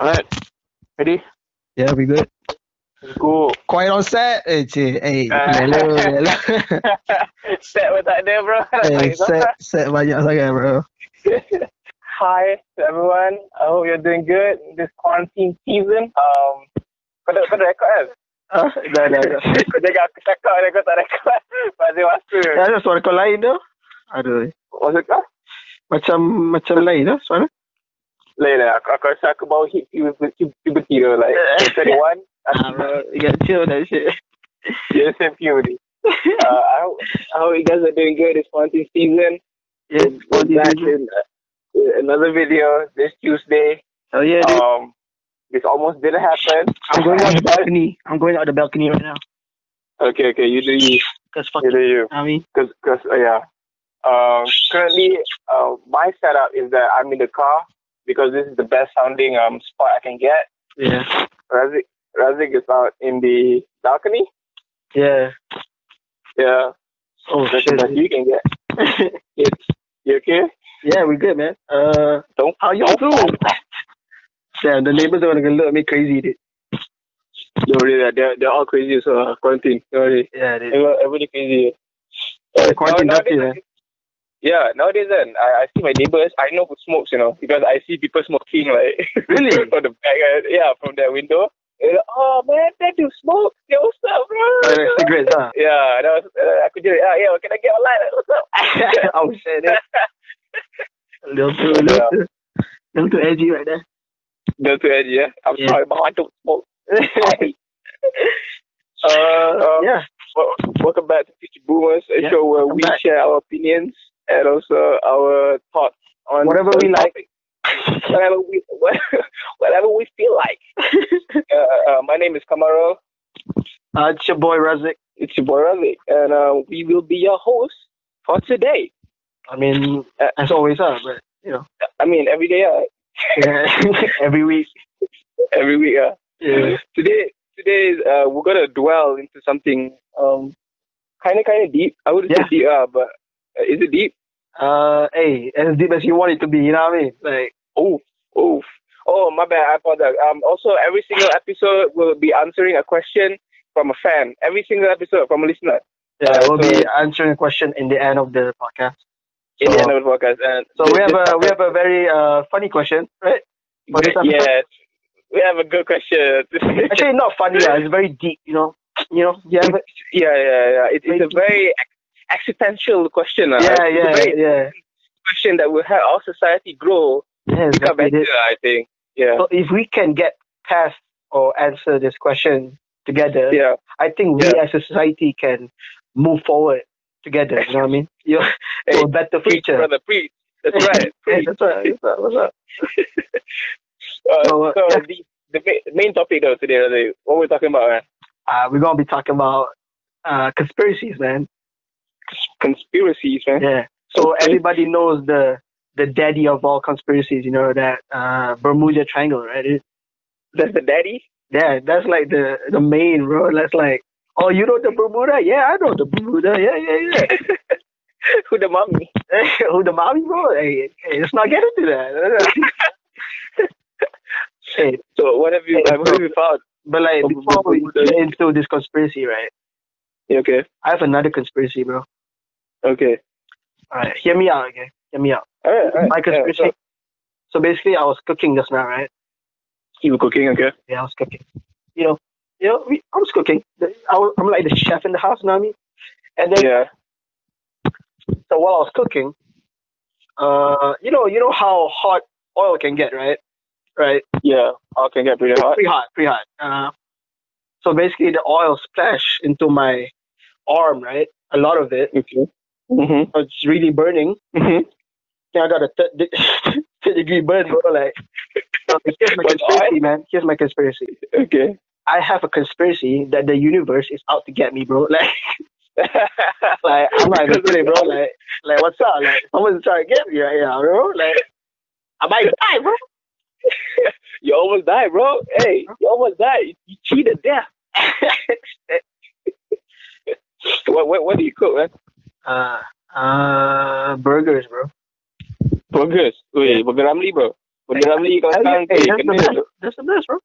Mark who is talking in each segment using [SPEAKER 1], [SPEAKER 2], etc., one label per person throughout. [SPEAKER 1] Alright, ready?
[SPEAKER 2] Yeah, we good.
[SPEAKER 1] Go.
[SPEAKER 2] Coin on set. Eh, cik. Eh, lelo, lelo.
[SPEAKER 1] set with that there, bro.
[SPEAKER 2] Eh, set, set banyak sangat, bro.
[SPEAKER 1] Hi to everyone. I hope you're doing good in this quarantine season. Um, kau dah, kau dah record kan?
[SPEAKER 2] Ah, dah, dah, dah.
[SPEAKER 1] kau jaga aku cakap dan kau tak record. Pasal masa.
[SPEAKER 2] Ada suara kau lain tu. Aduh.
[SPEAKER 1] Maksud kau?
[SPEAKER 2] Macam macam lain tu suara.
[SPEAKER 1] Lain lah. Aku, aku rasa aku baru hit puberty tu. Like, 21.
[SPEAKER 2] Ah, you got chill that shit.
[SPEAKER 1] Yes, impunity. Uh, I, hope, I hope you guys are doing good this quarantine season.
[SPEAKER 2] Yeah,
[SPEAKER 1] We're back in uh, another video this Tuesday.
[SPEAKER 2] Oh yeah, dude.
[SPEAKER 1] Um, this almost didn't happen.
[SPEAKER 2] I'm going out the balcony. I'm going out the balcony right now.
[SPEAKER 1] Okay, okay, you do you.
[SPEAKER 2] Cause fuck,
[SPEAKER 1] You do you.
[SPEAKER 2] I mean,
[SPEAKER 1] Cause, cause, uh, yeah. Um, currently, uh, my setup is that I'm in the car because this is the best sounding um spot I can get.
[SPEAKER 2] yeah,
[SPEAKER 1] Razik, Razik is out in the balcony.
[SPEAKER 2] yeah.
[SPEAKER 1] Yeah,
[SPEAKER 2] Oh
[SPEAKER 1] that's
[SPEAKER 2] shit.
[SPEAKER 1] the best you can get. It's, you okay?
[SPEAKER 2] yeah, we good, man. Uh,
[SPEAKER 1] Don't
[SPEAKER 2] how y'all doing? Damn, the neighbors are gonna look at me crazy, dude.
[SPEAKER 1] Don't worry, they're they're all crazy. So uh, quarantine. Don't worry.
[SPEAKER 2] Yeah, dude.
[SPEAKER 1] Everyone- Everybody crazy. Uh,
[SPEAKER 2] The quarantine
[SPEAKER 1] Now-
[SPEAKER 2] ducky,
[SPEAKER 1] nowadays, Yeah, nowadays then I, I see my neighbors. I know who smokes, you know, because I see people smoking like
[SPEAKER 2] Really?
[SPEAKER 1] from the back, uh, yeah, from their window. And, oh man, that dude smokes. Yo, what's up, bro?
[SPEAKER 2] Uh, cigarettes, huh?
[SPEAKER 1] Yeah, that was, uh, aku jadi, ah, yeah, can I get a light? What's up?
[SPEAKER 2] oh shit, dude. Little too, little too, little too edgy right there.
[SPEAKER 1] No to edgy, yeah. I'm
[SPEAKER 2] Yeah.
[SPEAKER 1] sorry, but I don't smoke. uh, um,
[SPEAKER 2] yeah,
[SPEAKER 1] Well, welcome back to Future Boomers, a
[SPEAKER 2] Yeah,
[SPEAKER 1] show where
[SPEAKER 2] welcome
[SPEAKER 1] we
[SPEAKER 2] back.
[SPEAKER 1] share our opinions and also our thoughts on
[SPEAKER 2] Whatever we
[SPEAKER 1] the
[SPEAKER 2] like.
[SPEAKER 1] topic. whatever we whatever we feel like. uh, uh, my name is Kamaro.
[SPEAKER 2] uh, it's your boy Razik.
[SPEAKER 1] It's your boy Ravi, and uh, we will be your host for today.
[SPEAKER 2] I mean, as always, huh? But you know,
[SPEAKER 1] I mean, every day, uh,
[SPEAKER 2] yeah, every week.
[SPEAKER 1] every week. Uh,
[SPEAKER 2] Yeah.
[SPEAKER 1] Today, today is, uh, we're gonna dwell into something um, kind of kind of deep. I wouldn't
[SPEAKER 2] Yeah.
[SPEAKER 1] say deep, uh, but uh, is it deep?
[SPEAKER 2] Uh, hey, as deep as you want it to be, you know what I mean? Like,
[SPEAKER 1] Oof, oof. Oh, my bad. I apologize. Um, also, every single episode will be answering a question from a fan. Every single episode from a listener
[SPEAKER 2] yeah, we'll
[SPEAKER 1] so-
[SPEAKER 2] be answering a question in the end of the podcast.
[SPEAKER 1] in the
[SPEAKER 2] So-
[SPEAKER 1] end of the podcast. And
[SPEAKER 2] Oh. So we
[SPEAKER 1] this-
[SPEAKER 2] have
[SPEAKER 1] this
[SPEAKER 2] a we
[SPEAKER 1] topic-
[SPEAKER 2] have a very uh funny question, right? for this episode?
[SPEAKER 1] yes, we have a good question. yeah,
[SPEAKER 2] Actually, not funny. lah. It's very deep. You know, you know. Yeah, but,
[SPEAKER 1] yeah, yeah. It, it's a
[SPEAKER 2] Wait.
[SPEAKER 1] very ex- existential question. Uh.
[SPEAKER 2] yeah,
[SPEAKER 1] It's
[SPEAKER 2] yeah,
[SPEAKER 1] a very
[SPEAKER 2] yeah.
[SPEAKER 1] question that will help our society grow,
[SPEAKER 2] Yeah,
[SPEAKER 1] become
[SPEAKER 2] exactly.
[SPEAKER 1] better. I think. Yeah,
[SPEAKER 2] So if we can get past or answer this question together,
[SPEAKER 1] yeah.
[SPEAKER 2] I think we
[SPEAKER 1] Yeah.
[SPEAKER 2] as a society can move forward together. You know what I mean? Yeah,
[SPEAKER 1] Hey,
[SPEAKER 2] for a better
[SPEAKER 1] Preach,
[SPEAKER 2] future.
[SPEAKER 1] brother, preach. That's right.
[SPEAKER 2] Yeah,
[SPEAKER 1] preach.
[SPEAKER 2] that's right. That's right. That's right.
[SPEAKER 1] Uh,
[SPEAKER 2] So,
[SPEAKER 1] so
[SPEAKER 2] uh, yeah.
[SPEAKER 1] the, the ma- main topic though today, Razi, what we're talking about, man.
[SPEAKER 2] Uh, we're gonna be talking about uh, conspiracies, man.
[SPEAKER 1] conspiracies, man.
[SPEAKER 2] Yeah. So
[SPEAKER 1] Okay.
[SPEAKER 2] everybody knows the the daddy of all conspiracies. You know that uh, Bermuda Triangle, right? It-
[SPEAKER 1] That's the daddy.
[SPEAKER 2] yeah, that's like the the main, bro. That's like, oh, you know the Bermuda? Yeah, I know the Bermuda. Yeah, yeah,
[SPEAKER 1] Who the mommy?
[SPEAKER 2] yeah. Who the mommy, bro? Hey, hey, let's not get into that. hey,
[SPEAKER 1] So what have you
[SPEAKER 2] Hey,
[SPEAKER 1] uh, what have you found?
[SPEAKER 2] but like
[SPEAKER 1] Oh,
[SPEAKER 2] before we
[SPEAKER 1] Bermuda.
[SPEAKER 2] get into this conspiracy, right?
[SPEAKER 1] Yeah, Okay.
[SPEAKER 2] I have another conspiracy, bro.
[SPEAKER 1] Okay.
[SPEAKER 2] All right, hear me out, okay? Hear me out.
[SPEAKER 1] All right. All right.
[SPEAKER 2] My conspiracy.
[SPEAKER 1] Yeah, so
[SPEAKER 2] so basically, I was cooking just now, right?
[SPEAKER 1] you were cooking, okay?
[SPEAKER 2] Yeah, I was cooking. You know, you know, we, I was cooking. The- I was, I'm like the chef in the house, you know what I mean? And then
[SPEAKER 1] Yeah.
[SPEAKER 2] so while I was cooking, uh, you know, you know how hot oil can get, right? Right,
[SPEAKER 1] Yeah. I can get pretty hot.
[SPEAKER 2] pretty hot, pretty hot. Uh, so basically, the oil splashed into my arm, right? A lot of it.
[SPEAKER 1] Okay. Mhm.
[SPEAKER 2] So It's really burning.
[SPEAKER 1] Mhm.
[SPEAKER 2] Then I got a third, de- third degree burn, bro. Like, so here's my
[SPEAKER 1] With
[SPEAKER 2] conspiracy, man. Here's my conspiracy.
[SPEAKER 1] Okay.
[SPEAKER 2] I have a conspiracy that the universe is out to get me, bro. Like, like I'm not even kidding, bro. Like, like what's up? Like, someone's trying to get me right now, bro. Like, I might die, bro.
[SPEAKER 1] you almost died, bro. Hey, you almost died. You cheated death. what, what what do you cook, man?
[SPEAKER 2] Uh, uh, burgers, bro.
[SPEAKER 1] Burgers. Wait, burger ramli, bro. Burger ramli kalau sekarang
[SPEAKER 2] Hey, hey,
[SPEAKER 1] hey,
[SPEAKER 2] that's the
[SPEAKER 1] kena.
[SPEAKER 2] best.
[SPEAKER 1] bro.
[SPEAKER 2] That's the best, bro.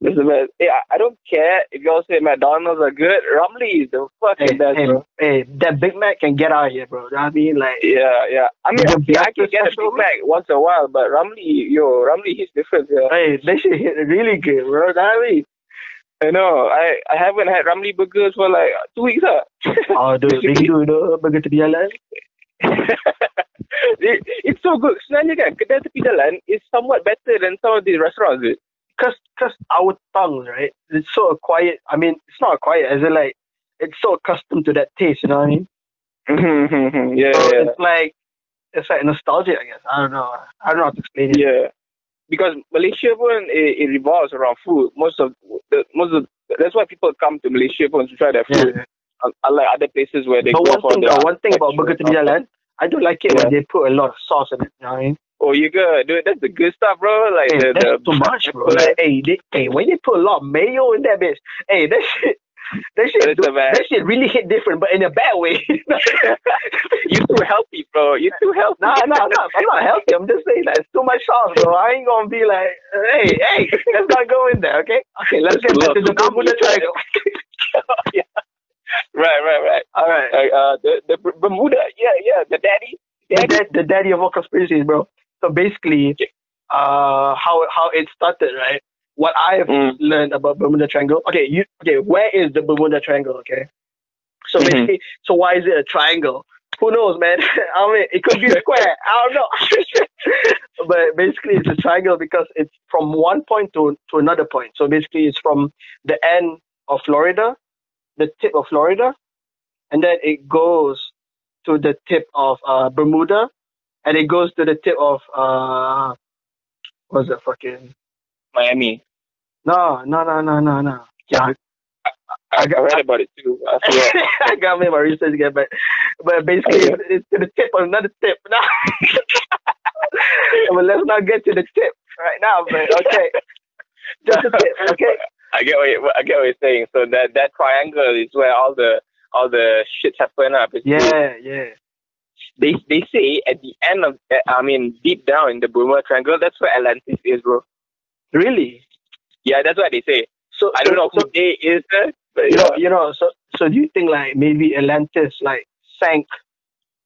[SPEAKER 1] That's the best. Yeah, I don't care if y'all say McDonald's are good. Ramly is the fucking
[SPEAKER 2] Hey,
[SPEAKER 1] best,
[SPEAKER 2] hey,
[SPEAKER 1] bro.
[SPEAKER 2] hey, that Big Mac can get out of here, bro. You know what I mean? Like,
[SPEAKER 1] Yeah, yeah. I mean,
[SPEAKER 2] The
[SPEAKER 1] okay, I can
[SPEAKER 2] breakfast
[SPEAKER 1] get a
[SPEAKER 2] special?
[SPEAKER 1] Big Mac once in a while, but Ramly, yo, Ramly, he's different. Yeah.
[SPEAKER 2] hey, they should hit really good, bro. You know what I mean?
[SPEAKER 1] I know. I, I haven't had Ramly burgers for like two weeks. Huh?
[SPEAKER 2] Oh, dude, big dude, uh, burger to the island.
[SPEAKER 1] It- it's so good. Sebenarnya kan, kedai tepi jalan is somewhat better than some of these restaurants. Dude.
[SPEAKER 2] Cause, cause our tongue, right? It's so acquired. I mean, it's not acquired. As in, like, it's so accustomed to that taste. You know what I mean? Mm-hmm,
[SPEAKER 1] yeah,
[SPEAKER 2] So
[SPEAKER 1] yeah,
[SPEAKER 2] It's like, it's like nostalgia, I guess. I don't know. I don't know how to explain it.
[SPEAKER 1] yeah. Because Malaysia pun it, it revolves around food. Most of the most of that's why people come to Malaysia pun to try their food.
[SPEAKER 2] Yeah.
[SPEAKER 1] Un- Unlike other places where they
[SPEAKER 2] But
[SPEAKER 1] go
[SPEAKER 2] one
[SPEAKER 1] for
[SPEAKER 2] thing,
[SPEAKER 1] their
[SPEAKER 2] though, one thing about burger to the
[SPEAKER 1] architecture and
[SPEAKER 2] island, I don't like it when they put a lot of sauce in it. You know what I mean?
[SPEAKER 1] stuff. Oh, you good, dude? That's the good stuff, bro. Like
[SPEAKER 2] Hey,
[SPEAKER 1] the,
[SPEAKER 2] that's
[SPEAKER 1] the
[SPEAKER 2] too much, bro.
[SPEAKER 1] pepper.
[SPEAKER 2] Like, hey, they, hey, when you put a lot of mayo in that bitch, hey, that shit, that shit,
[SPEAKER 1] That's the best.
[SPEAKER 2] that shit really hit different, but in a bad way.
[SPEAKER 1] you too healthy, bro. You too healthy.
[SPEAKER 2] Nah, nah, I'm not, I'm not healthy. I'm just saying that it's too much sauce, bro. I ain't gonna be like, hey, hey, let's not go in there, okay? Okay, let's get back to the Bermuda Triangle.
[SPEAKER 1] Right, right, right.
[SPEAKER 2] All right,
[SPEAKER 1] Like, uh, the the Ber- Bermuda, yeah, yeah, the daddy,
[SPEAKER 2] the,
[SPEAKER 1] daddy.
[SPEAKER 2] dad, the daddy of all conspiracies, bro. So basically, uh, how how it started, right? What I've
[SPEAKER 1] Mm.
[SPEAKER 2] learned about Bermuda Triangle. Okay, you okay? Where is the Bermuda Triangle? Okay, so
[SPEAKER 1] Mhm.
[SPEAKER 2] basically, so why is it a triangle? Who knows, man? I mean, it could be a square. I don't know. but basically, it's a triangle because it's from one point to to another point. So basically, it's from the end of Florida, the tip of Florida, and then it goes to the tip of uh, Bermuda, and it goes to the tip of uh, what's that fucking
[SPEAKER 1] Miami.
[SPEAKER 2] no, no, no, no, no, no. Yeah,
[SPEAKER 1] I, I read about it too. I forgot.
[SPEAKER 2] I got me my research again, but but basically it's, it's to the tip on another tip. No, but let's not get to the tip right now. But okay, just a tip. Okay,
[SPEAKER 1] I get what you, I get what you're saying. So that that triangle is where all the all the shit happen. Up.
[SPEAKER 2] yeah, yeah.
[SPEAKER 1] They they say at the end of I mean deep down in the Bermuda Triangle, that's where Atlantis is, bro.
[SPEAKER 2] Really?
[SPEAKER 1] Yeah, that's what they say.
[SPEAKER 2] So
[SPEAKER 1] I don't know
[SPEAKER 2] So,
[SPEAKER 1] who they is, uh, but
[SPEAKER 2] you
[SPEAKER 1] yeah.
[SPEAKER 2] know, you know. So so do you think like maybe Atlantis like sank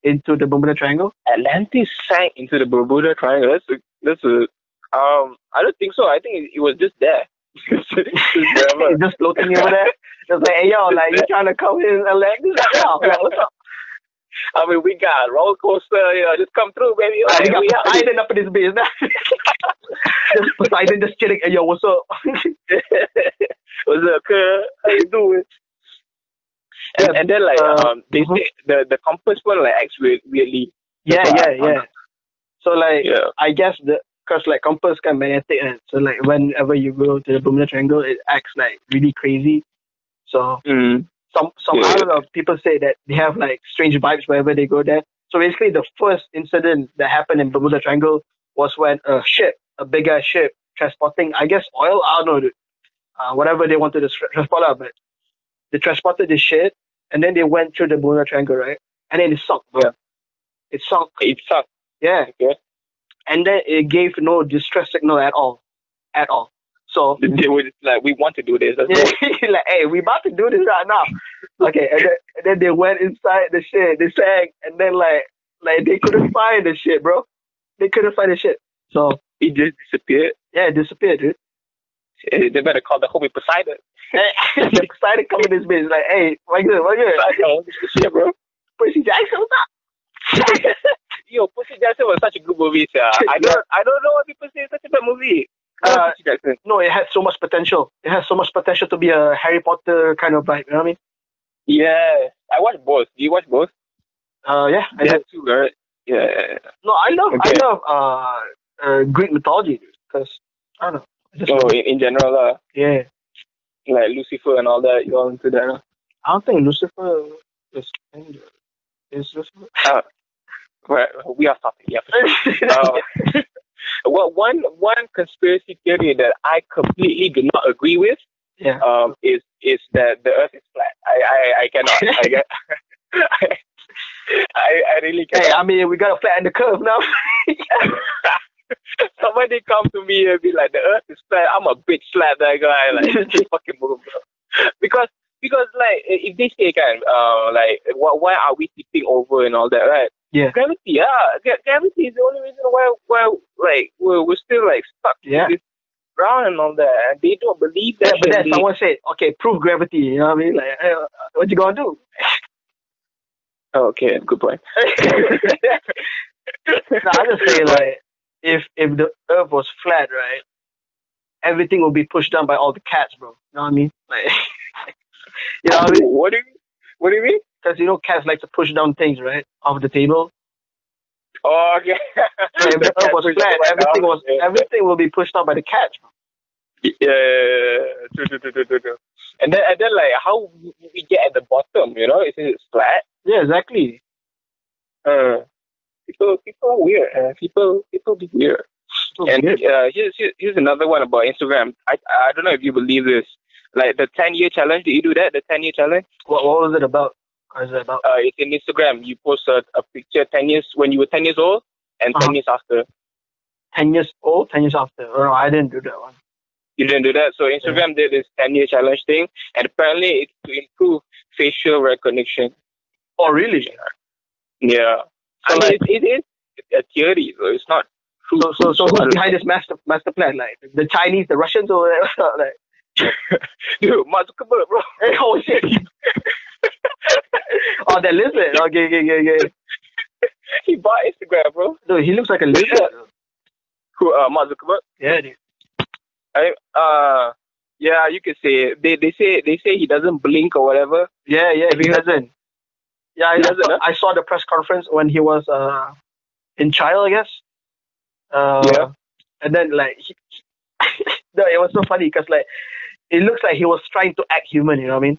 [SPEAKER 2] into the Bermuda Triangle?
[SPEAKER 1] Atlantis sank into the Bermuda Triangle. That's a, that's a, um. I don't think so. I think it, it was just there. It's just
[SPEAKER 2] It's
[SPEAKER 1] there.
[SPEAKER 2] just floating over there. Just like, hey yo, like you trying to come in and like this right now? Like, what's up?
[SPEAKER 1] I mean, we got roller coaster. You know, just come through, baby.
[SPEAKER 2] I
[SPEAKER 1] Like,
[SPEAKER 2] got
[SPEAKER 1] we out
[SPEAKER 2] Poseidon up in this bitch. just Poseidon just chilling. Hey yo, what's up?
[SPEAKER 1] here. What's up, cuz? How you doing? And,
[SPEAKER 2] Yeah,
[SPEAKER 1] and then like
[SPEAKER 2] uh,
[SPEAKER 1] um, they
[SPEAKER 2] mhm.
[SPEAKER 1] say the the compass one like acts weird, weirdly.
[SPEAKER 2] yeah,
[SPEAKER 1] That's
[SPEAKER 2] yeah,
[SPEAKER 1] what I
[SPEAKER 2] yeah. So like,
[SPEAKER 1] Yeah.
[SPEAKER 2] I guess the cause like compass can magnetic, and so like whenever you go to the Bermuda Triangle, it acts like really crazy. So
[SPEAKER 1] Mm.
[SPEAKER 2] some some
[SPEAKER 1] Yeah.
[SPEAKER 2] I don't know. People say that they have like strange vibes wherever they go there. So basically, the first incident that happened in Bermuda Triangle was when a ship, a bigger ship, transporting I guess oil. I don't know, dude. Uh, whatever they wanted to tra- transport, out, but they transported this shit, and then they went through the Bermuda Triangle, right? And then it sunk, bro.
[SPEAKER 1] Yeah.
[SPEAKER 2] It sunk.
[SPEAKER 1] It sucks.
[SPEAKER 2] Yeah.
[SPEAKER 1] Okay.
[SPEAKER 2] And then it gave no distress signal at all. At all. So
[SPEAKER 1] They were just like, we want to do this. That's
[SPEAKER 2] yeah,
[SPEAKER 1] all.
[SPEAKER 2] like, hey, we about to do this right now. Okay, and then, and then they went inside the shit, they sang, and then like like they couldn't find the shit, bro. They couldn't find the shit. So
[SPEAKER 1] It just disappeared.
[SPEAKER 2] yeah, it disappeared, dude.
[SPEAKER 1] Eh, They better call the Holy Poseidon.
[SPEAKER 2] the excited coming this bitch, like, hey, my good, my good.
[SPEAKER 1] Yeah, bro.
[SPEAKER 2] Percy Jackson, what's up?
[SPEAKER 1] Yo, Percy Jackson was such a good movie, sir. I don't, I don't know why people say it's such a bad movie. I love
[SPEAKER 2] Uh,
[SPEAKER 1] Percy Jackson.
[SPEAKER 2] No, it had so much potential. It has so much potential to be a Harry Potter kind of vibe, you know what I mean?
[SPEAKER 1] Yeah, I watched both. Do you watch both?
[SPEAKER 2] Uh yeah, I
[SPEAKER 1] Yeah, too, right? Yeah.
[SPEAKER 2] No, I love
[SPEAKER 1] Okay.
[SPEAKER 2] I love uh, uh Greek mythology because I don't know. I just-
[SPEAKER 1] So in, in general, lah,
[SPEAKER 2] yeah,
[SPEAKER 1] like Lucifer and all that, you all into that. lah.
[SPEAKER 2] I don't think Lucifer is angel. Is Lucifer?
[SPEAKER 1] Right, we are stopping. Yeah. for sure.
[SPEAKER 2] Oh.
[SPEAKER 1] Uh, well, one one conspiracy theory that I completely do not agree with
[SPEAKER 2] yeah.
[SPEAKER 1] um, is is that the Earth is flat. I I, I cannot. I, get- I I really
[SPEAKER 2] Hey,
[SPEAKER 1] cannot.
[SPEAKER 2] I mean, we gotta flatten the curve now.
[SPEAKER 1] Somebody come to me and be like, the earth is flat. I'm a bitch slap that guy. Like, just fucking move, bro. Because, because like, if they say, can, uh, like, wh- why are we tipping over and all that, right?
[SPEAKER 2] Yeah.
[SPEAKER 1] Gravity, yeah. Gra- gravity is the only reason why, why like, we're, we're still, like, stuck
[SPEAKER 2] Yeah.
[SPEAKER 1] in this ground and all that. And they don't believe
[SPEAKER 2] Yeah,
[SPEAKER 1] that.
[SPEAKER 2] but then
[SPEAKER 1] and they-
[SPEAKER 2] someone said, okay, prove gravity. You know what I mean? Like, eh, what you gonna do?
[SPEAKER 1] oh, okay, good point.
[SPEAKER 2] No, I just say like, if if the Earth was flat, right, everything will be pushed down by all the cats, bro. You know what I mean? Like, you know what I mean?
[SPEAKER 1] what do you, what do you mean?
[SPEAKER 2] Because you know cats like to push down things, right, off the table.
[SPEAKER 1] Oh, okay.
[SPEAKER 2] So if the Earth was flat, everything was
[SPEAKER 1] Yeah,
[SPEAKER 2] everything will be pushed down by the cats, bro.
[SPEAKER 1] yeah, yeah, yeah. True, true, true, true, true, true. And then, and then, like, how we we get at the bottom, you know? Is it flat?
[SPEAKER 2] Yeah, exactly.
[SPEAKER 1] Uh, people, people are weird. Uh, people, people be weird.
[SPEAKER 2] So
[SPEAKER 1] And
[SPEAKER 2] weird.
[SPEAKER 1] uh, here's here- here's another one about Instagram. I I don't know if you believe this. Like the ten year challenge. Did you do that? The ten year challenge.
[SPEAKER 2] What what was it about? What was it about?
[SPEAKER 1] Uh, it's in Instagram. You post a, a picture ten years when you were ten years old and
[SPEAKER 2] Uh-huh.
[SPEAKER 1] ten years after.
[SPEAKER 2] Ten years old, ten years after. Oh, no, I didn't do that one.
[SPEAKER 1] You didn't do that. So Instagram did this ten year challenge thing, and apparently it's to improve facial recognition.
[SPEAKER 2] Oh, really?
[SPEAKER 1] Yeah.
[SPEAKER 2] So
[SPEAKER 1] I mean,
[SPEAKER 2] like-
[SPEAKER 1] it, it is a theory, so it's not true.
[SPEAKER 2] So so so
[SPEAKER 1] I
[SPEAKER 2] who's
[SPEAKER 1] don't-
[SPEAKER 2] behind this master master plan? Like the Chinese, the Russians, or whatever? like.
[SPEAKER 1] Dude, Mark Zuckerberg, bro.
[SPEAKER 2] Hey, oh shit. oh, that lizard. Okay, okay, okay, okay.
[SPEAKER 1] He bought Instagram, bro.
[SPEAKER 2] Dude, he looks like a lizard.
[SPEAKER 1] Who, uh, Mark Zuckerberg.
[SPEAKER 2] Yeah, dude.
[SPEAKER 1] I, uh, yeah, you can say it. they they say they say he doesn't blink or whatever.
[SPEAKER 2] Yeah, yeah, he doesn't. Yeah, I,
[SPEAKER 1] He
[SPEAKER 2] I
[SPEAKER 1] doesn't,
[SPEAKER 2] saw, I saw the press conference when he was uh in trial, I guess. Uh,
[SPEAKER 1] Yeah.
[SPEAKER 2] And then like, he, no, it was so funny because like it looks like he was trying to act human. You know what I mean?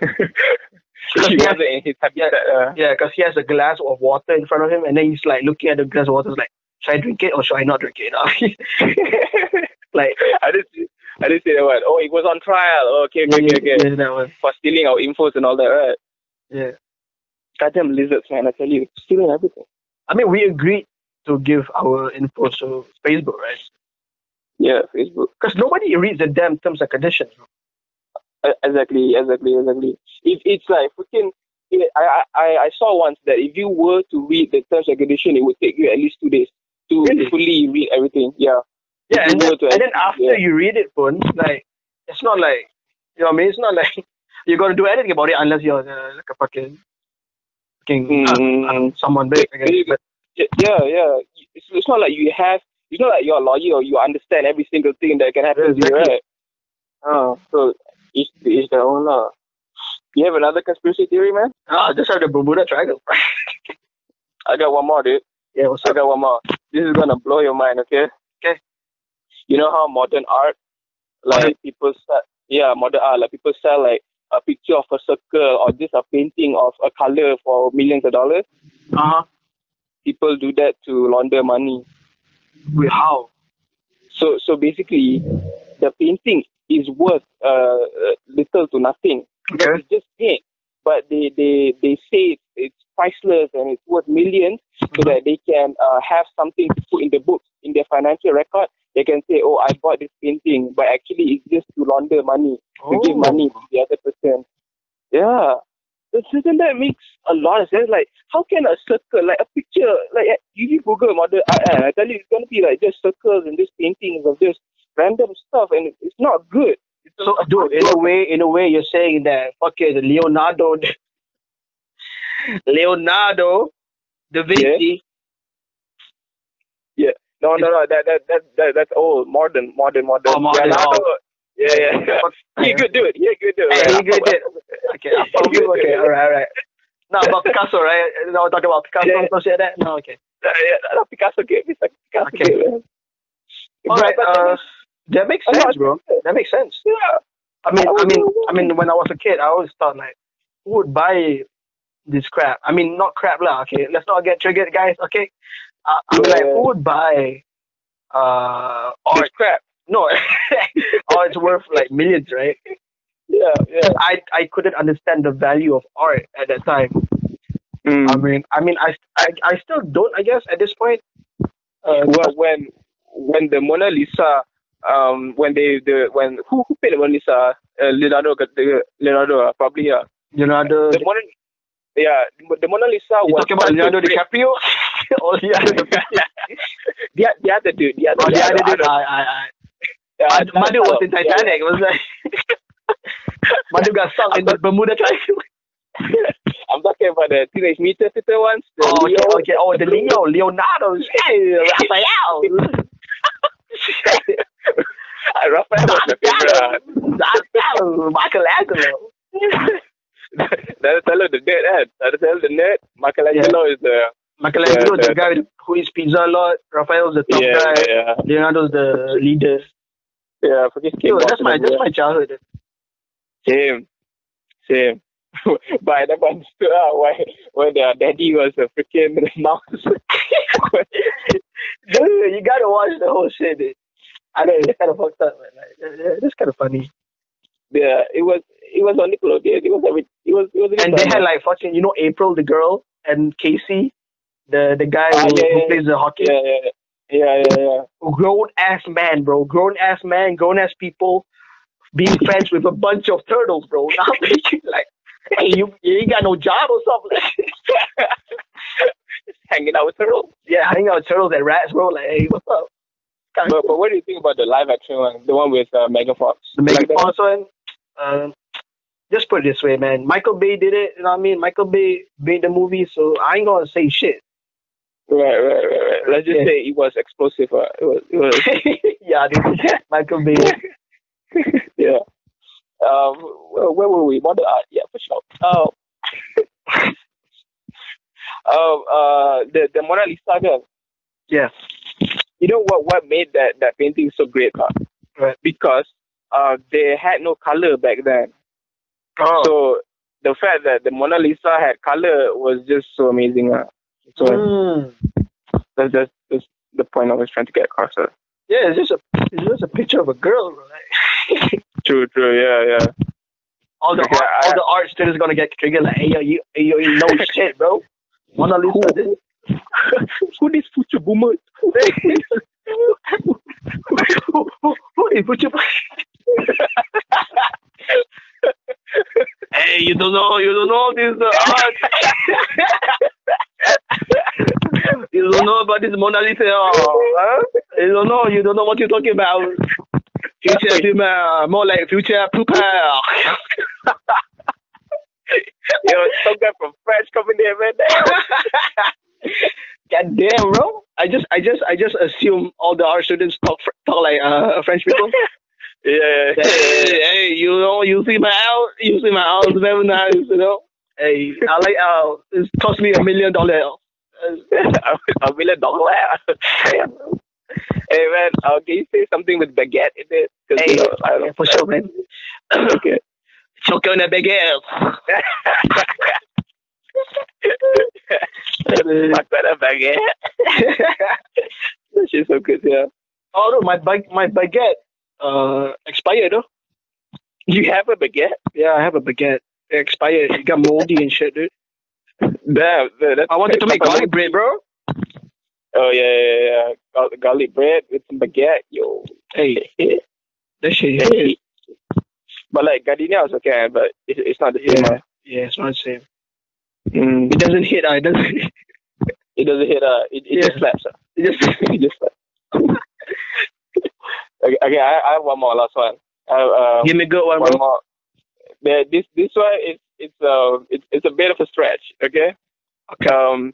[SPEAKER 1] he
[SPEAKER 2] Yeah.
[SPEAKER 1] wasn't in his habitat. Uh,
[SPEAKER 2] Yeah, because he has a glass of water in front of him, and then he's like looking at the glass of water, like, should I drink it or should I not drink it? You know what I mean? like,
[SPEAKER 1] I didn't see- I didn't say that one. Oh, it was on trial. Oh, okay, okay, okay, okay.
[SPEAKER 2] yeah, that one.
[SPEAKER 1] For stealing our infos and all that, right?
[SPEAKER 2] Yeah.
[SPEAKER 1] Goddamn lizards, man! I tell you, stealing everything.
[SPEAKER 2] I mean, we agreed to give our info to Facebook, right?
[SPEAKER 1] Yeah, Facebook.
[SPEAKER 2] Because nobody reads the damn terms and conditions. bro.
[SPEAKER 1] Uh, exactly, exactly, exactly. It, it's like freaking. It, I, I, I saw once that if you were to read the terms and conditions, it would take you at least two days to
[SPEAKER 2] Really?
[SPEAKER 1] fully read everything. Yeah.
[SPEAKER 2] Yeah,
[SPEAKER 1] If
[SPEAKER 2] and
[SPEAKER 1] you
[SPEAKER 2] then,
[SPEAKER 1] were to
[SPEAKER 2] and then
[SPEAKER 1] actually-
[SPEAKER 2] after
[SPEAKER 1] yeah.
[SPEAKER 2] you read it, phone like it's not like you know what I mean. It's not like you're gonna do anything about it unless you're uh, like a fucking, fucking uh,
[SPEAKER 1] Mm.
[SPEAKER 2] someone big. I guess.
[SPEAKER 1] Really?
[SPEAKER 2] But
[SPEAKER 1] yeah, yeah. It's, it's not like you have. It's not like you're a lawyer or you understand every single thing that can happen to you,
[SPEAKER 2] Exactly. Uh-huh.
[SPEAKER 1] right? Uh, so it's it's their own law. You have another conspiracy theory, man?
[SPEAKER 2] ah, just have the Bermuda Triangle.
[SPEAKER 1] I got one more, dude.
[SPEAKER 2] yeah, what's
[SPEAKER 1] I
[SPEAKER 2] up?
[SPEAKER 1] got one more. This is gonna blow your mind, okay?
[SPEAKER 2] Okay.
[SPEAKER 1] You know how modern art, like
[SPEAKER 2] Modern-
[SPEAKER 1] people sell, yeah, modern art, like people sell like a picture of a circle or just a painting of a color for millions of dollars. Uh-huh.
[SPEAKER 2] Uh huh.
[SPEAKER 1] People do that to launder money.
[SPEAKER 2] Wait, how?
[SPEAKER 1] So, so basically, the painting is worth uh, uh, little to nothing.
[SPEAKER 2] Okay.
[SPEAKER 1] It's just paint, but they they they say it's, it's priceless and it's worth millions, so that they can uh, have something to put in the books in their financial record. They can say, "Oh, I bought this painting," but actually, it's just to launder money,
[SPEAKER 2] Oh.
[SPEAKER 1] to give money to the other person. Yeah. So Doesn't that makes a lot of sense? Like, how can a circle, like a picture, like eh, you you Google model art, and I tell you, it's gonna be like just circles and just paintings of just random stuff, and it's not good. It's
[SPEAKER 2] So, uh, dude, in a way, in a way, you're saying that fucking Leonardo, Leonardo, Da Vinci.
[SPEAKER 1] No, no, no. That that that, that that's old, modern, modern, modern.
[SPEAKER 2] Oh, modern,
[SPEAKER 1] Yeah, no,
[SPEAKER 2] oh.
[SPEAKER 1] no. yeah, yeah. He good dude. He good dude.
[SPEAKER 2] Hey,
[SPEAKER 1] man.
[SPEAKER 2] he good dude. Okay, I found you. okay, all right, all right. No, about Picasso, right? No, we're talking about Picasso,
[SPEAKER 1] Yeah.
[SPEAKER 2] don't say that. No, okay.
[SPEAKER 1] Yeah, yeah. No, Picasso gave me some Picasso
[SPEAKER 2] Okay.
[SPEAKER 1] gave me.
[SPEAKER 2] All right,
[SPEAKER 1] But
[SPEAKER 2] uh,
[SPEAKER 1] then,
[SPEAKER 2] that makes
[SPEAKER 1] I know,
[SPEAKER 2] sense, bro. That makes sense.
[SPEAKER 1] yeah,
[SPEAKER 2] I mean,
[SPEAKER 1] I
[SPEAKER 2] I
[SPEAKER 1] was
[SPEAKER 2] mean,
[SPEAKER 1] doing
[SPEAKER 2] I mean, when I was a kid, I always thought like, who would buy this crap? I mean, not crap lah. Okay, let's not get triggered, guys. Okay, uh, I mean, like, who would buy? Uh,
[SPEAKER 1] oh,
[SPEAKER 2] art
[SPEAKER 1] it's crap.
[SPEAKER 2] No, oh, it's worth like millions, right?
[SPEAKER 1] Yeah, yeah.
[SPEAKER 2] I I couldn't understand the value of art at that Mm.
[SPEAKER 1] Hmm.
[SPEAKER 2] time. I mean, I mean, I I, I still don't, I guess, at this point. Uh,
[SPEAKER 1] well, when when the Mona Lisa, um, when they the when who who paid the Mona Lisa? Uh, Leonardo, Leonardo, uh, probably yeah.
[SPEAKER 2] Leonardo.
[SPEAKER 1] The Mona, yeah, the Mona Lisa
[SPEAKER 2] You
[SPEAKER 1] was
[SPEAKER 2] talking about
[SPEAKER 1] such a
[SPEAKER 2] Leonardo
[SPEAKER 1] great-
[SPEAKER 2] DiCaprio? Oh, or Leonardo DiCaprio?
[SPEAKER 1] the, the other dude, the other,
[SPEAKER 2] Or the other dude?
[SPEAKER 1] other-
[SPEAKER 2] I, I, I.
[SPEAKER 1] yeah,
[SPEAKER 2] Madu, Madu was in
[SPEAKER 1] yeah, yeah.
[SPEAKER 2] Titanic. It was like Madu got sunk in the Bermuda Triangle.
[SPEAKER 1] I'm talking about the teenage mutant Ninja ones. The
[SPEAKER 2] Oh,
[SPEAKER 1] Leo.
[SPEAKER 2] okay, okay. Oh, the Leo, Leonardo, yeah, Raphael,
[SPEAKER 1] Raphael was my ah. favorite.
[SPEAKER 2] Donatello, Michelangelo.
[SPEAKER 1] Donatello the nerd, eh? Donatello the nerd. Michelangelo is the
[SPEAKER 2] Michelangelo,
[SPEAKER 1] Yeah,
[SPEAKER 2] the
[SPEAKER 1] the-
[SPEAKER 2] guy with- who eats pizza a lot. Raphael's the top
[SPEAKER 1] yeah,
[SPEAKER 2] guy.
[SPEAKER 1] yeah,
[SPEAKER 2] Leonardo's the leader.
[SPEAKER 1] yeah. Fucking
[SPEAKER 2] Yo, that's
[SPEAKER 1] kickboxing
[SPEAKER 2] my
[SPEAKER 1] and
[SPEAKER 2] that's
[SPEAKER 1] all
[SPEAKER 2] my childhood.
[SPEAKER 1] Same, same. but I never understood uh, why why their daddy was a freaking mouse.
[SPEAKER 2] Dude, you gotta watch the whole shit. Dude. I know it's kind of fucked up, man. Like, uh, uh, it's kind of funny.
[SPEAKER 1] yeah, it was it was on Nickelodeon. It was every it was it was.
[SPEAKER 2] And they had like fucking, you know, April the girl and Casey, the the guy
[SPEAKER 1] Ah,
[SPEAKER 2] who,
[SPEAKER 1] yeah,
[SPEAKER 2] who
[SPEAKER 1] yeah,
[SPEAKER 2] plays the hockey.
[SPEAKER 1] yeah, yeah, yeah, yeah, yeah.
[SPEAKER 2] grown ass man, bro. Grown ass man, grown ass people being friends with a bunch of turtles, bro. Now like, hey, you you ain't got no job or something. Like,
[SPEAKER 1] Hanging out with her.
[SPEAKER 2] yeah, hang out with turtles and rats, bro. Like, hey, what's up? Kinda
[SPEAKER 1] But, but what do you think about the live action one? The one with uh, Megan Fox.
[SPEAKER 2] The
[SPEAKER 1] Like
[SPEAKER 2] Megan
[SPEAKER 1] that-
[SPEAKER 2] Fox one, um, just put it this way, man. Michael Bay did it. You know what I mean? Michael Bay made the movie, so I ain't gonna say shit.
[SPEAKER 1] Right, right, right, right. Let's just
[SPEAKER 2] Yeah.
[SPEAKER 1] say it was explosive. Uh, it was, it was
[SPEAKER 2] yeah, dude. Michael Bay.
[SPEAKER 1] yeah. Um, where, where were we? Modern art, yeah, for sure. Oh. um, uh, the the Mona Lisa girl.
[SPEAKER 2] Yeah.
[SPEAKER 1] You know what? What made that that painting so great? Huh?
[SPEAKER 2] Right.
[SPEAKER 1] Because uh, they had no color back then.
[SPEAKER 2] Oh,
[SPEAKER 1] So the fact that the Mona Lisa had color was just so amazing. Huh? So
[SPEAKER 2] mm.
[SPEAKER 1] that's just that's the point I was trying to get across. uh. Huh?
[SPEAKER 2] yeah, it's just a it's just a picture of a girl, bro. Like,
[SPEAKER 1] True, true. Yeah, yeah.
[SPEAKER 2] all the
[SPEAKER 1] Okay,
[SPEAKER 2] art,
[SPEAKER 1] I-
[SPEAKER 2] all the art students gonna get triggered like, hey yo, you, hey, yo, you know shit, bro. Mona Lisa, this,
[SPEAKER 1] Who this future boomer?
[SPEAKER 2] who, who, who is put your Hey, you don't know, you don't know this uh, art. you don't know about this Mona Lisa,
[SPEAKER 1] Oh,
[SPEAKER 2] huh?
[SPEAKER 1] uh.
[SPEAKER 2] You don't know, you don't know what you're talking about. Future female, more like future pooper.
[SPEAKER 1] Yo, some guy from France coming there, man.
[SPEAKER 2] God damn, bro! I just, I just, I just assume all the art students talk fr- talk like uh, French people.
[SPEAKER 1] yeah,
[SPEAKER 2] hey, hey, hey, you know, you see my house, you see my house, very nice, you know. Hey, I like uh, it cost me a million dollars.
[SPEAKER 1] a million dollar. hey man, uh, can you say something with baguette in it? 'Cause,
[SPEAKER 2] Hey,
[SPEAKER 1] you know, I don't know.
[SPEAKER 2] for sure, man.
[SPEAKER 1] Okay.
[SPEAKER 2] Choco on a big ass.
[SPEAKER 1] Fuck that up, baguette. That shit's so good, yeah.
[SPEAKER 2] oh no, my bag, my baguette uh expired. Though.
[SPEAKER 1] You have a baguette?
[SPEAKER 2] Yeah, I have a baguette. It expired. It got moldy and shit, dude.
[SPEAKER 1] Damn, that- that's
[SPEAKER 2] I wanted to make
[SPEAKER 1] that's-
[SPEAKER 2] garlic bread, bro.
[SPEAKER 1] Oh yeah, yeah, yeah. Gar- garlic bread with some baguette, yo.
[SPEAKER 2] Hey, that shit. is-
[SPEAKER 1] but like gardenia is okay, but it, it's not the same.
[SPEAKER 2] Yeah.
[SPEAKER 1] uh,
[SPEAKER 2] Yeah, it's not the same.
[SPEAKER 1] Mm,
[SPEAKER 2] It doesn't hit. uh, It doesn't.
[SPEAKER 1] it doesn't hit. Uh, it, it just
[SPEAKER 2] Yeah.
[SPEAKER 1] slaps. Uh.
[SPEAKER 2] It just.
[SPEAKER 1] It just slaps. okay, okay I, I have one more. Last one. I, uh,
[SPEAKER 2] Give me a good one,
[SPEAKER 1] one
[SPEAKER 2] bro.
[SPEAKER 1] more. The, this this one is it's uh it's it's a bit of a stretch. Okay.
[SPEAKER 2] Okay.
[SPEAKER 1] Um,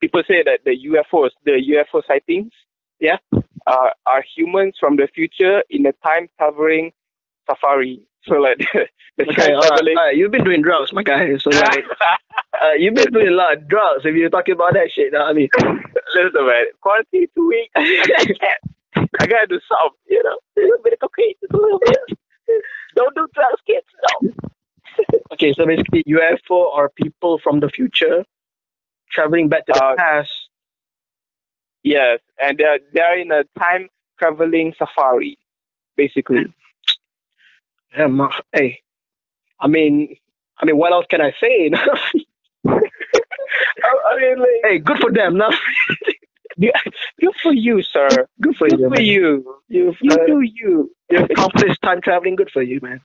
[SPEAKER 1] people say that the UFOs, the UFO sightings,
[SPEAKER 2] Yeah.
[SPEAKER 1] are are humans from the future in a time traveling safari. So like the, the
[SPEAKER 2] Okay,
[SPEAKER 1] time
[SPEAKER 2] all right, all
[SPEAKER 1] traveling.
[SPEAKER 2] right. You've been doing drugs, my guy. So like, uh, you've been doing a lot of drugs. If you're talking about that shit, know what I mean,
[SPEAKER 1] Listen, man, quarantine two weeks. I can't. I gotta do something, you know. A little bit of cocaine, just a little bit. Don't do drugs, kids. No.
[SPEAKER 2] okay. So basically, UFO are people from the future traveling back to the
[SPEAKER 1] Uh,
[SPEAKER 2] past.
[SPEAKER 1] Yes, and they're they're in a time traveling safari, basically.
[SPEAKER 2] Yeah, ma- hey, I mean, I mean, what else can I say?
[SPEAKER 1] I, I mean, like,
[SPEAKER 2] Oh, hey, good for them. No,
[SPEAKER 1] Good for you, sir.
[SPEAKER 2] Good for
[SPEAKER 1] Good
[SPEAKER 2] you.
[SPEAKER 1] for
[SPEAKER 2] man.
[SPEAKER 1] you.
[SPEAKER 2] You've,
[SPEAKER 1] You
[SPEAKER 2] uh,
[SPEAKER 1] do you.
[SPEAKER 2] you accomplished time traveling. Good for you, man.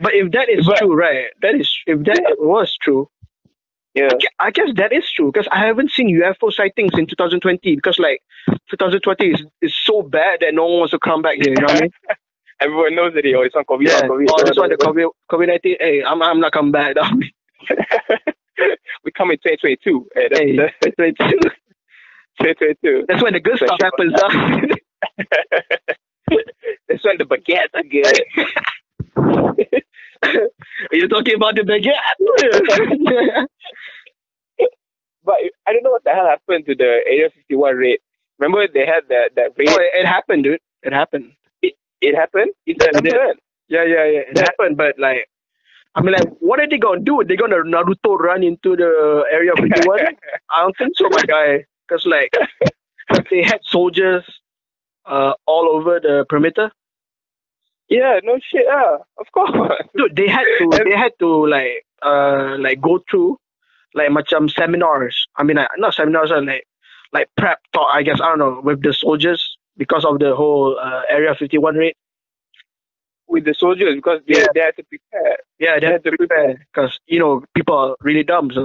[SPEAKER 2] But if that is
[SPEAKER 1] But-
[SPEAKER 2] true, right? That is if that was true,
[SPEAKER 1] Yeah.
[SPEAKER 2] I gue- I guess that is true because I haven't seen UFO sightings in 2020 because like 2020 is, is so bad that no one wants to come back here. You know what I mean?
[SPEAKER 1] Everyone knows that oh, it's on COVID.
[SPEAKER 2] yeah.
[SPEAKER 1] on COVID.
[SPEAKER 2] oh, that's why the COVID COVID 19. Hey, I'm I'm not coming back.
[SPEAKER 1] we come in 2022. Eh, that's,
[SPEAKER 2] hey,
[SPEAKER 1] that's
[SPEAKER 2] that's
[SPEAKER 1] 2022.
[SPEAKER 2] when the good stuff happens. huh?
[SPEAKER 1] That's when the baguettes are good.
[SPEAKER 2] You're talking about the baguette.
[SPEAKER 1] But I don't know what the hell happened to the Area 51 raid. Remember they had that that raid.
[SPEAKER 2] oh, it, it happened, dude. It happened.
[SPEAKER 1] it happened. It
[SPEAKER 2] Yeah, it did.
[SPEAKER 1] happened.
[SPEAKER 2] Yeah, yeah, yeah. It happened, but like, I mean, like, what are they gonna do? They're gonna Naruto run into the area of Ichiwan? I don't think so, my guy. Cause like, they had soldiers uh, all over the perimeter.
[SPEAKER 1] Yeah, no shit. Yeah, of course.
[SPEAKER 2] Dude, they had to, they had to like, uh, like go through, like, macam seminars. I mean, like, not seminars, uh, like, like prep talk. I guess I don't know with the soldiers because of the whole uh, Area 51 raid.
[SPEAKER 1] With the soldiers because they,
[SPEAKER 2] Yeah.
[SPEAKER 1] they had to prepare.
[SPEAKER 2] Yeah, they
[SPEAKER 1] They
[SPEAKER 2] had
[SPEAKER 1] had to prepare.
[SPEAKER 2] because you know people are really dumb. So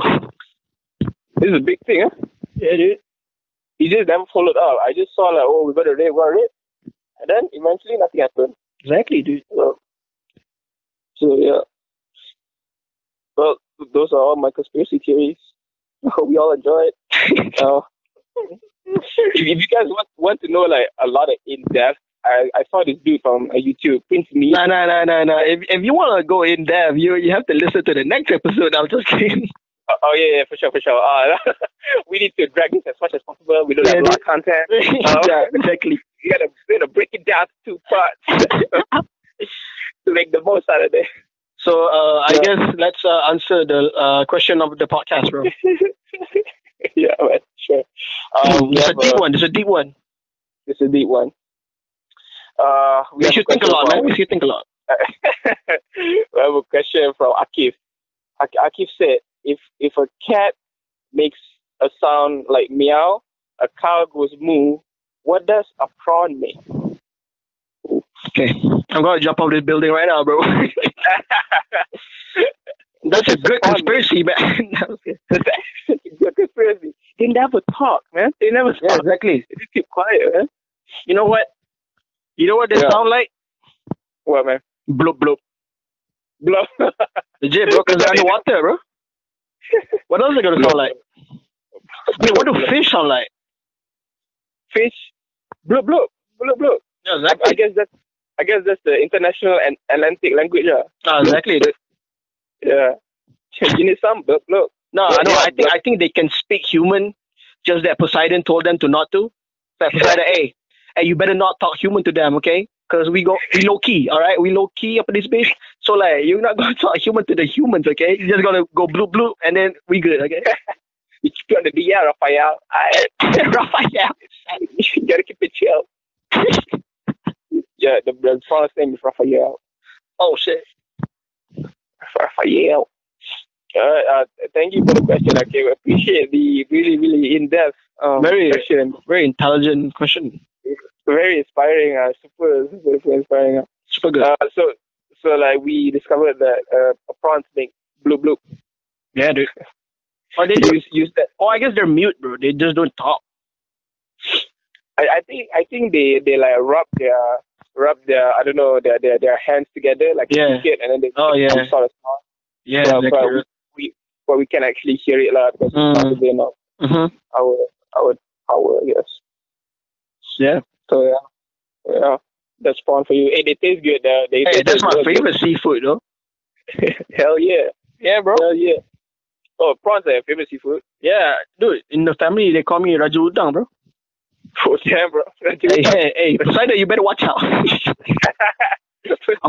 [SPEAKER 1] This is a big thing. Huh?
[SPEAKER 2] yeah, dude.
[SPEAKER 1] He just never followed up. I just saw like, oh, we got a raid, we got a raid, and then eventually nothing happened.
[SPEAKER 2] Exactly, dude.
[SPEAKER 1] So, so yeah. Well, those are all my conspiracy theories. I hope you all enjoy it. Uh, if if you guys want, want to know like a lot of in depth, I, I saw this dude from uh, YouTube, Prince Me.
[SPEAKER 2] Nah, nah, nah, nah, nah. If if you wanna go in depth, you you have to listen to the next episode. I'm just kidding.
[SPEAKER 1] Oh, oh, yeah, yeah, for sure, for sure. Uh, we need to drag this as much as possible. We don't
[SPEAKER 2] Yeah,
[SPEAKER 1] have a lot of content.
[SPEAKER 2] yeah, exactly.
[SPEAKER 1] We gotta, we gotta break it down to two parts to make the most out of it.
[SPEAKER 2] So uh, I
[SPEAKER 1] Yeah.
[SPEAKER 2] guess let's uh, answer the uh, question of the podcast, bro.
[SPEAKER 1] Um, yeah, man, sure. Um, we
[SPEAKER 2] it's a
[SPEAKER 1] have
[SPEAKER 2] deep one. It's a deep one.
[SPEAKER 1] This is a deep one. Uh,
[SPEAKER 2] We
[SPEAKER 1] have
[SPEAKER 2] should think a
[SPEAKER 1] question
[SPEAKER 2] lot, man.
[SPEAKER 1] from-
[SPEAKER 2] We should think a lot.
[SPEAKER 1] we have a question from Akif. Ak- Akif said, if if a cat makes a sound like meow, a cow goes moo, what does a prawn make?
[SPEAKER 2] Okay, I'm gonna jump off this building right now, bro. That's a good conspiracy, man.
[SPEAKER 1] Good conspiracy. They never talk, man. They never talk.
[SPEAKER 2] exactly.
[SPEAKER 1] They just keep quiet, man.
[SPEAKER 2] You know what? You know what they
[SPEAKER 1] Yeah.
[SPEAKER 2] sound like?
[SPEAKER 1] What, man?
[SPEAKER 2] Bloop bloop.
[SPEAKER 1] Blow.
[SPEAKER 2] Legit, bro, because they're underwater, bro. What else are they gonna sound like? Wait, what do fish sound like?
[SPEAKER 1] Fish. Blow, blow, blow, blow.
[SPEAKER 2] Yeah,
[SPEAKER 1] I, I
[SPEAKER 2] exactly.
[SPEAKER 1] guess that's. I guess that's the international and Atlantic language, yeah.
[SPEAKER 2] Ah, exactly. dude.
[SPEAKER 1] Yeah. You need some blow, blow.
[SPEAKER 2] No,
[SPEAKER 1] Yeah,
[SPEAKER 2] I know.
[SPEAKER 1] yeah,
[SPEAKER 2] I think I think they can speak human. Just that Poseidon told them to not to. Like Poseidon, hey, hey, you better not talk human to them, okay? Because we go we low key, all right? We low key up in this bitch. So like, you're not gonna talk human to the humans, okay? You're just gonna go blue blue, and then we good, okay?
[SPEAKER 1] You keep it on the DR, Raphael. I,
[SPEAKER 2] Raphael.
[SPEAKER 1] you gotta keep it chill. yeah, the, the first name is Raphael.
[SPEAKER 2] Oh shit.
[SPEAKER 1] Raphael. Alright, uh, thank you for the question. Okay, we appreciate the really, really in depth um,
[SPEAKER 2] Very-
[SPEAKER 1] question.
[SPEAKER 2] Very intelligent question.
[SPEAKER 1] Very inspiring. Uh, super, super, super inspiring. Uh,
[SPEAKER 2] Super good.
[SPEAKER 1] Uh, so, so like we discovered that uh, a prawn snake, blue, blue,
[SPEAKER 2] yeah, dude. Or they
[SPEAKER 1] use use that.
[SPEAKER 2] Oh, I guess they're mute, bro. They just don't talk.
[SPEAKER 1] I, I think I think they they like rub their rub their I don't know their their, their hands together like
[SPEAKER 2] Yeah.
[SPEAKER 1] a cricket and then they
[SPEAKER 2] Oh,
[SPEAKER 1] make some
[SPEAKER 2] yeah.
[SPEAKER 1] sort of sound.
[SPEAKER 2] Yeah,
[SPEAKER 1] Yeah, but but we can actually hear it loud because it's
[SPEAKER 2] Mm.
[SPEAKER 1] part of you know,
[SPEAKER 2] mm-hmm.
[SPEAKER 1] our our power, I guess.
[SPEAKER 2] Yeah.
[SPEAKER 1] So yeah, yeah, that's fun for you. Hey, they taste good. Uh, they
[SPEAKER 2] Hey,
[SPEAKER 1] taste
[SPEAKER 2] that's my
[SPEAKER 1] good.
[SPEAKER 2] favorite seafood, though.
[SPEAKER 1] Hell yeah,
[SPEAKER 2] Yeah, bro.
[SPEAKER 1] hell yeah. Oh, prawns are your favorite seafood.
[SPEAKER 2] Yeah, dude. In the family, they call me Raju Udang, bro.
[SPEAKER 1] Oh damn, bro.
[SPEAKER 2] Hey, hey, hey, Poseidon, you better watch out. I'm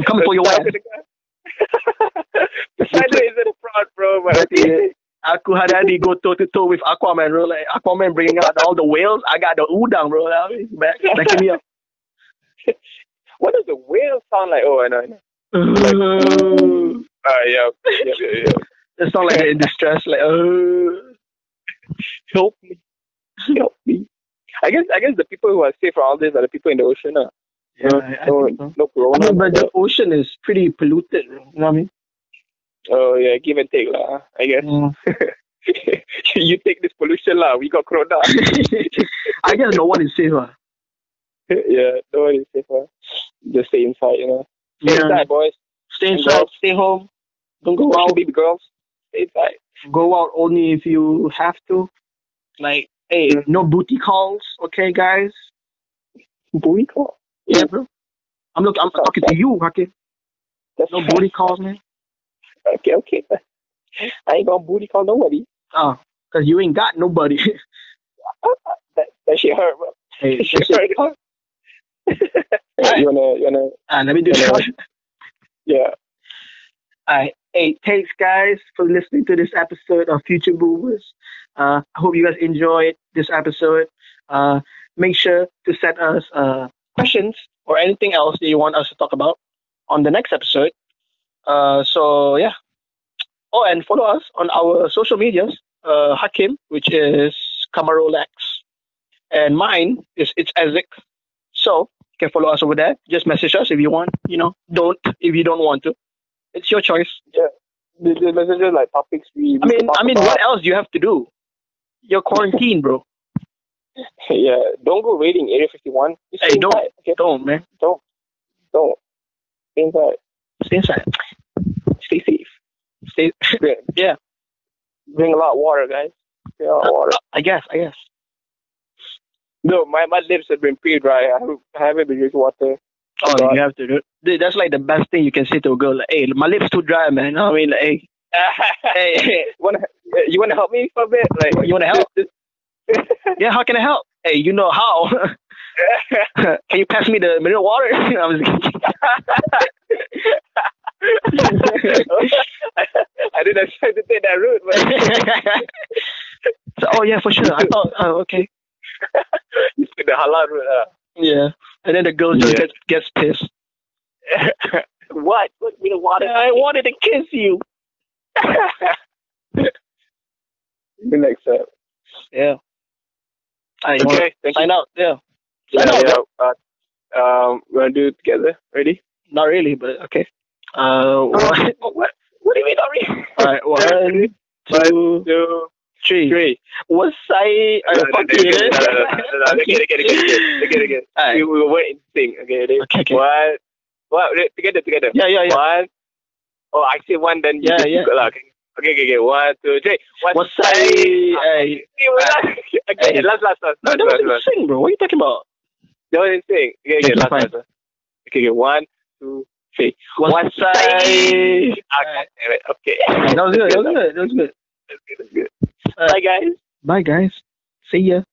[SPEAKER 2] coming for your ass.
[SPEAKER 1] Poseidon isn't a fraud, bro. But
[SPEAKER 2] Aku Haradi go toe to toe with Aquaman, bro. Like Aquaman bringing out all the whales. I got the udang, bro. Like, I mean, Back, backing me up.
[SPEAKER 1] what does a whale sound like? Oh, I know. I know.
[SPEAKER 2] It
[SPEAKER 1] Uh, yeah, yeah, yeah, yeah.
[SPEAKER 2] sounds like they're in distress. Like, uh,
[SPEAKER 1] Help me. Help me. I guess I guess the people who are safe from all this are the people in the ocean. Uh.
[SPEAKER 2] Yeah, I, I
[SPEAKER 1] No,
[SPEAKER 2] think so.
[SPEAKER 1] no
[SPEAKER 2] I
[SPEAKER 1] corona.
[SPEAKER 2] mean, but the ocean is pretty polluted. You know what I mean?
[SPEAKER 1] oh yeah, give and take lah. I guess
[SPEAKER 2] Mm.
[SPEAKER 1] you take this pollution lah. We got corona.
[SPEAKER 2] I guess no one is safe. ah.
[SPEAKER 1] yeah, no one is safe. ah. Just stay inside, you know. Stay
[SPEAKER 2] Yeah.
[SPEAKER 1] inside, boys.
[SPEAKER 2] Stay inside. Stay home. Don't go out.
[SPEAKER 1] baby girls. Stay inside.
[SPEAKER 2] Go out only if you have to. Like, hey, no booty calls, okay, guys?
[SPEAKER 1] Booty call.
[SPEAKER 2] Yeah, bro. I'm look. I'm talking to you, okay?
[SPEAKER 1] That's
[SPEAKER 2] No booty calls, man.
[SPEAKER 1] Okay, okay. I ain't gonna booty call nobody.
[SPEAKER 2] Oh, cause you ain't got nobody.
[SPEAKER 1] That that shit hurt, bro.
[SPEAKER 2] hey,
[SPEAKER 1] That
[SPEAKER 2] that's
[SPEAKER 1] shit
[SPEAKER 2] it.
[SPEAKER 1] hurt. you wanna, you wanna,
[SPEAKER 2] Ah, let me do
[SPEAKER 1] Yeah.
[SPEAKER 2] that.
[SPEAKER 1] yeah.
[SPEAKER 2] Alright. Hey, thanks guys for listening to this episode of Future Boomers. Uh, I hope you guys enjoyed this episode. Uh, make sure to send us uh, questions or anything else that you want us to talk about on the next episode. Uh, so yeah. Oh, and follow us on our social medias. Uh, Hakim, which is Camarolax, and mine is it's Isaac. So you can follow us over there. Just message us if you want. You know, don't if you don't want to. It's your choice.
[SPEAKER 1] The, the messages like topics we.
[SPEAKER 2] I
[SPEAKER 1] we
[SPEAKER 2] mean,
[SPEAKER 1] talk
[SPEAKER 2] I mean,
[SPEAKER 1] about.
[SPEAKER 2] what else do you have to do? You're quarantined, bro.
[SPEAKER 1] Yeah, don't go raiding Area 51. Just
[SPEAKER 2] Hey,
[SPEAKER 1] stay
[SPEAKER 2] don't.
[SPEAKER 1] inside, Okay,
[SPEAKER 2] Don't, man.
[SPEAKER 1] don't. Stay inside.
[SPEAKER 2] Stay inside.
[SPEAKER 1] Stay safe.
[SPEAKER 2] Stay.
[SPEAKER 1] Drink a lot of water, guys. Drink a lot of water.
[SPEAKER 2] I guess. I guess.
[SPEAKER 1] No, my, my lips have been pretty dry. I haven't, I haven't been drinking water.
[SPEAKER 2] Oh,
[SPEAKER 1] God.
[SPEAKER 2] you have to do. it. Dude, that's like the best thing you can say to a girl. Like, hey, my lips too dry, man. I mean, like, hey, hey,
[SPEAKER 1] wanna, you wanna help me for a bit? Like,
[SPEAKER 2] you wanna help? yeah, how can I help? Hey, you know how? can you pass me the mineral water? I'm just kidding.
[SPEAKER 1] I didn't expect to take that route, but
[SPEAKER 2] so, oh yeah, for sure. I thought. Oh, okay.
[SPEAKER 1] you took the halal route. Uh.
[SPEAKER 2] Yeah. And then the girl just
[SPEAKER 1] Yeah.
[SPEAKER 2] gets gets pissed.
[SPEAKER 1] what? What me the water?
[SPEAKER 2] I wanted to kiss you.
[SPEAKER 1] The next up.
[SPEAKER 2] Yeah. I okay.
[SPEAKER 1] Okay, thank you.
[SPEAKER 2] Sign out. Yeah.
[SPEAKER 1] Yeah,
[SPEAKER 2] Sign out.
[SPEAKER 1] yeah. Uh, um, we're gonna do it together. Ready?
[SPEAKER 2] Not really, but okay. Uh, one,
[SPEAKER 1] What? What, what do you mean already?
[SPEAKER 2] all right, one, two,
[SPEAKER 1] Two,
[SPEAKER 2] three.
[SPEAKER 1] three.
[SPEAKER 2] What's I?
[SPEAKER 1] No, no, no,
[SPEAKER 2] Fuck
[SPEAKER 1] no,
[SPEAKER 2] you.
[SPEAKER 1] no, no, no, no, no, no, Again, again, again, again, again, again.
[SPEAKER 2] All right.
[SPEAKER 1] We, we were in sync. Okay, ready?
[SPEAKER 2] Okay, okay.
[SPEAKER 1] One, one, re- together, together.
[SPEAKER 2] Yeah, yeah, yeah.
[SPEAKER 1] One. Oh, I say one, then you
[SPEAKER 2] Yeah,
[SPEAKER 1] just
[SPEAKER 2] yeah.
[SPEAKER 1] go lah, Okay, okay, okay, okay. One, two, three. One,
[SPEAKER 2] What's I?
[SPEAKER 1] say-
[SPEAKER 2] Hey.
[SPEAKER 1] Okay,
[SPEAKER 2] Hey.
[SPEAKER 1] last, last, last,
[SPEAKER 2] No,
[SPEAKER 1] last,
[SPEAKER 2] that was
[SPEAKER 1] last, last.
[SPEAKER 2] insane, bro. What are you talking about?
[SPEAKER 1] That was insane. Okay,
[SPEAKER 2] Okay,
[SPEAKER 1] okay, last,
[SPEAKER 2] fine.
[SPEAKER 1] last, last. Okay, okay. One, two, three.
[SPEAKER 2] What's I?
[SPEAKER 1] Ah, damn it. Okay.
[SPEAKER 2] That was good. That was good. That was good.
[SPEAKER 1] That's good. That's good. Bye, guys.
[SPEAKER 2] Bye, guys. See ya.